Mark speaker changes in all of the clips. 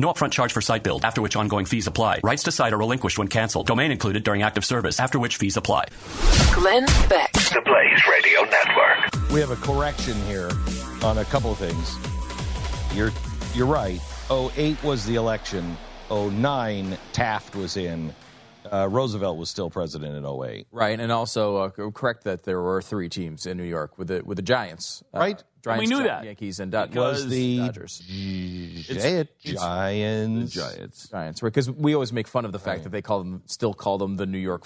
Speaker 1: No upfront charge for site build, after which ongoing fees apply. Rights to site are relinquished when canceled. Domain included during active service, after which fees apply.
Speaker 2: Glenn Beck.
Speaker 3: The Blaze Radio Network.
Speaker 4: We have a correction here on a couple of things. You're you're right. 08 was the election. 09 Taft was in. Uh, Roosevelt was still president in 08.
Speaker 5: Right, and also uh, co- correct that there were three teams in New York with the with the Giants, uh,
Speaker 4: Right.
Speaker 5: Giants,
Speaker 6: We knew
Speaker 5: Giants,
Speaker 6: that.
Speaker 5: Yankees and Dodgers.
Speaker 4: Was the
Speaker 5: Dodgers.
Speaker 4: Gi-
Speaker 6: it's-
Speaker 4: Giants.
Speaker 6: Giants.
Speaker 5: Giants because we always make fun of the fact that they call them still call them the New York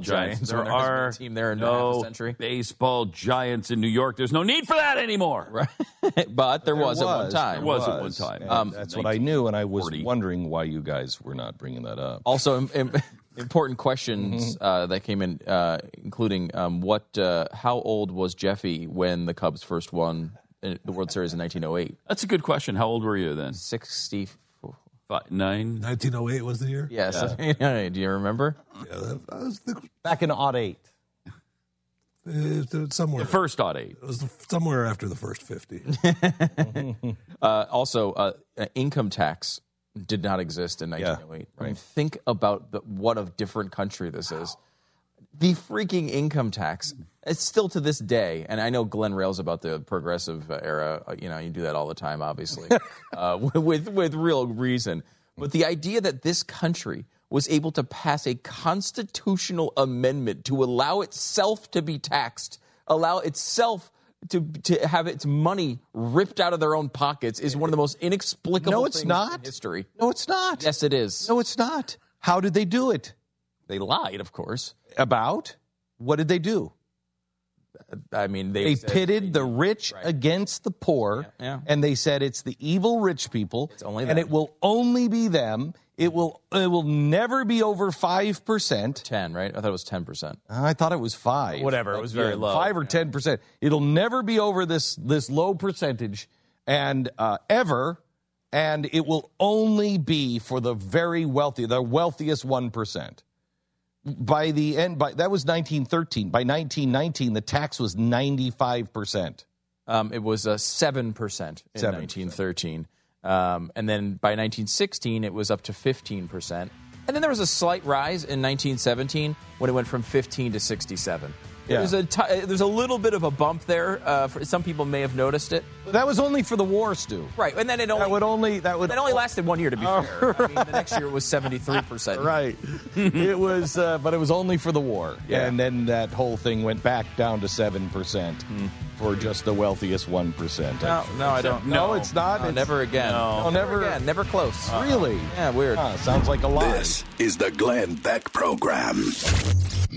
Speaker 6: Football Giants.
Speaker 5: There,
Speaker 6: There
Speaker 5: hasn't been a
Speaker 6: are
Speaker 5: team there in half a
Speaker 6: no
Speaker 5: century,
Speaker 6: baseball Giants in New York. There's no need for that anymore. Right.
Speaker 5: but there, was, at one
Speaker 4: was,
Speaker 5: time.
Speaker 4: there
Speaker 6: was at one time.
Speaker 4: and
Speaker 6: Um,
Speaker 4: that's what I knew, and I was
Speaker 6: 1940.
Speaker 4: wondering why you guys were not bringing that up.
Speaker 5: Also, im- im- important questions
Speaker 6: Mm-hmm.
Speaker 5: uh, that came in, uh, including um, what, uh, how old was Jeffy when the Cubs first won uh, the World Series in 1908?
Speaker 6: That's a good question. How old were you then?
Speaker 5: 60.
Speaker 6: Five, nine.
Speaker 7: 1908 was the year.
Speaker 5: Yes. Do you remember?
Speaker 7: Yeah, that- I was the,
Speaker 4: Back in odd eight.
Speaker 7: it was somewhere.
Speaker 6: The first odd eight.
Speaker 7: it was the, somewhere after the first 50.
Speaker 5: Uh, also, uh, uh, income tax did not exist in 1908. I mean, think about the, what a different country this is. The freaking income tax. It's still to this day, and I know Glenn rails about the progressive uh, era. uh, You know, you do that all the time, obviously, uh, with with real reason. But the idea that this country was able to pass a constitutional amendment to allow itself to be taxed, allow itself to to have its money ripped out of their own pockets, is one of the most inexplicable
Speaker 4: No, it's
Speaker 5: things in
Speaker 4: not.
Speaker 5: history.
Speaker 4: No, it's not.
Speaker 5: Yes, it is.
Speaker 4: No, it's not. How did they do it?
Speaker 5: They lied, of course.
Speaker 4: About what did they do?
Speaker 5: I mean, they,
Speaker 4: They
Speaker 5: said-
Speaker 4: pitted the rich against the poor,
Speaker 5: Yeah, yeah.
Speaker 4: and they said it's the evil rich people,
Speaker 5: only them.
Speaker 4: and it will only be them. It will it will never be over five percent.
Speaker 5: ten, right? I thought it was ten percent.
Speaker 4: I thought it was five.
Speaker 6: Whatever, it was very low,
Speaker 4: Five or ten percent. It'll never be over this this low percentage, and uh, ever, and it will only be for the very wealthy, the wealthiest one percent. By the end, by that was 1913. By 1919, the tax was 95 percent.
Speaker 5: Um, it was seven percent in
Speaker 4: 7%.
Speaker 5: 1913, um, and then by 1916 it was up to 15 percent, and then there was a slight rise in 1917 when it went from 15 to 67.
Speaker 4: Yeah.
Speaker 5: There's a t- uh, there's a little bit of a bump there. Uh, for, some people may have noticed it,
Speaker 4: That was only for the war, Stu.
Speaker 5: right? And then it only
Speaker 4: That would only that would Oh.
Speaker 5: it only lasted one year to be fair. I mean, the next year it was 73 percent.
Speaker 4: right. it was, uh, but it was only for the war, and then that whole thing went back down to seven percent for just the wealthiest one percent.
Speaker 5: No, no, I don't.
Speaker 4: no, it's not.
Speaker 5: No,
Speaker 4: It's-
Speaker 5: never again.
Speaker 4: No.
Speaker 5: never,
Speaker 4: Never-
Speaker 5: again. Never close.
Speaker 4: really.
Speaker 5: Yeah, weird.
Speaker 4: Huh, sounds like a lie.
Speaker 3: This is the Glenn Beck Program.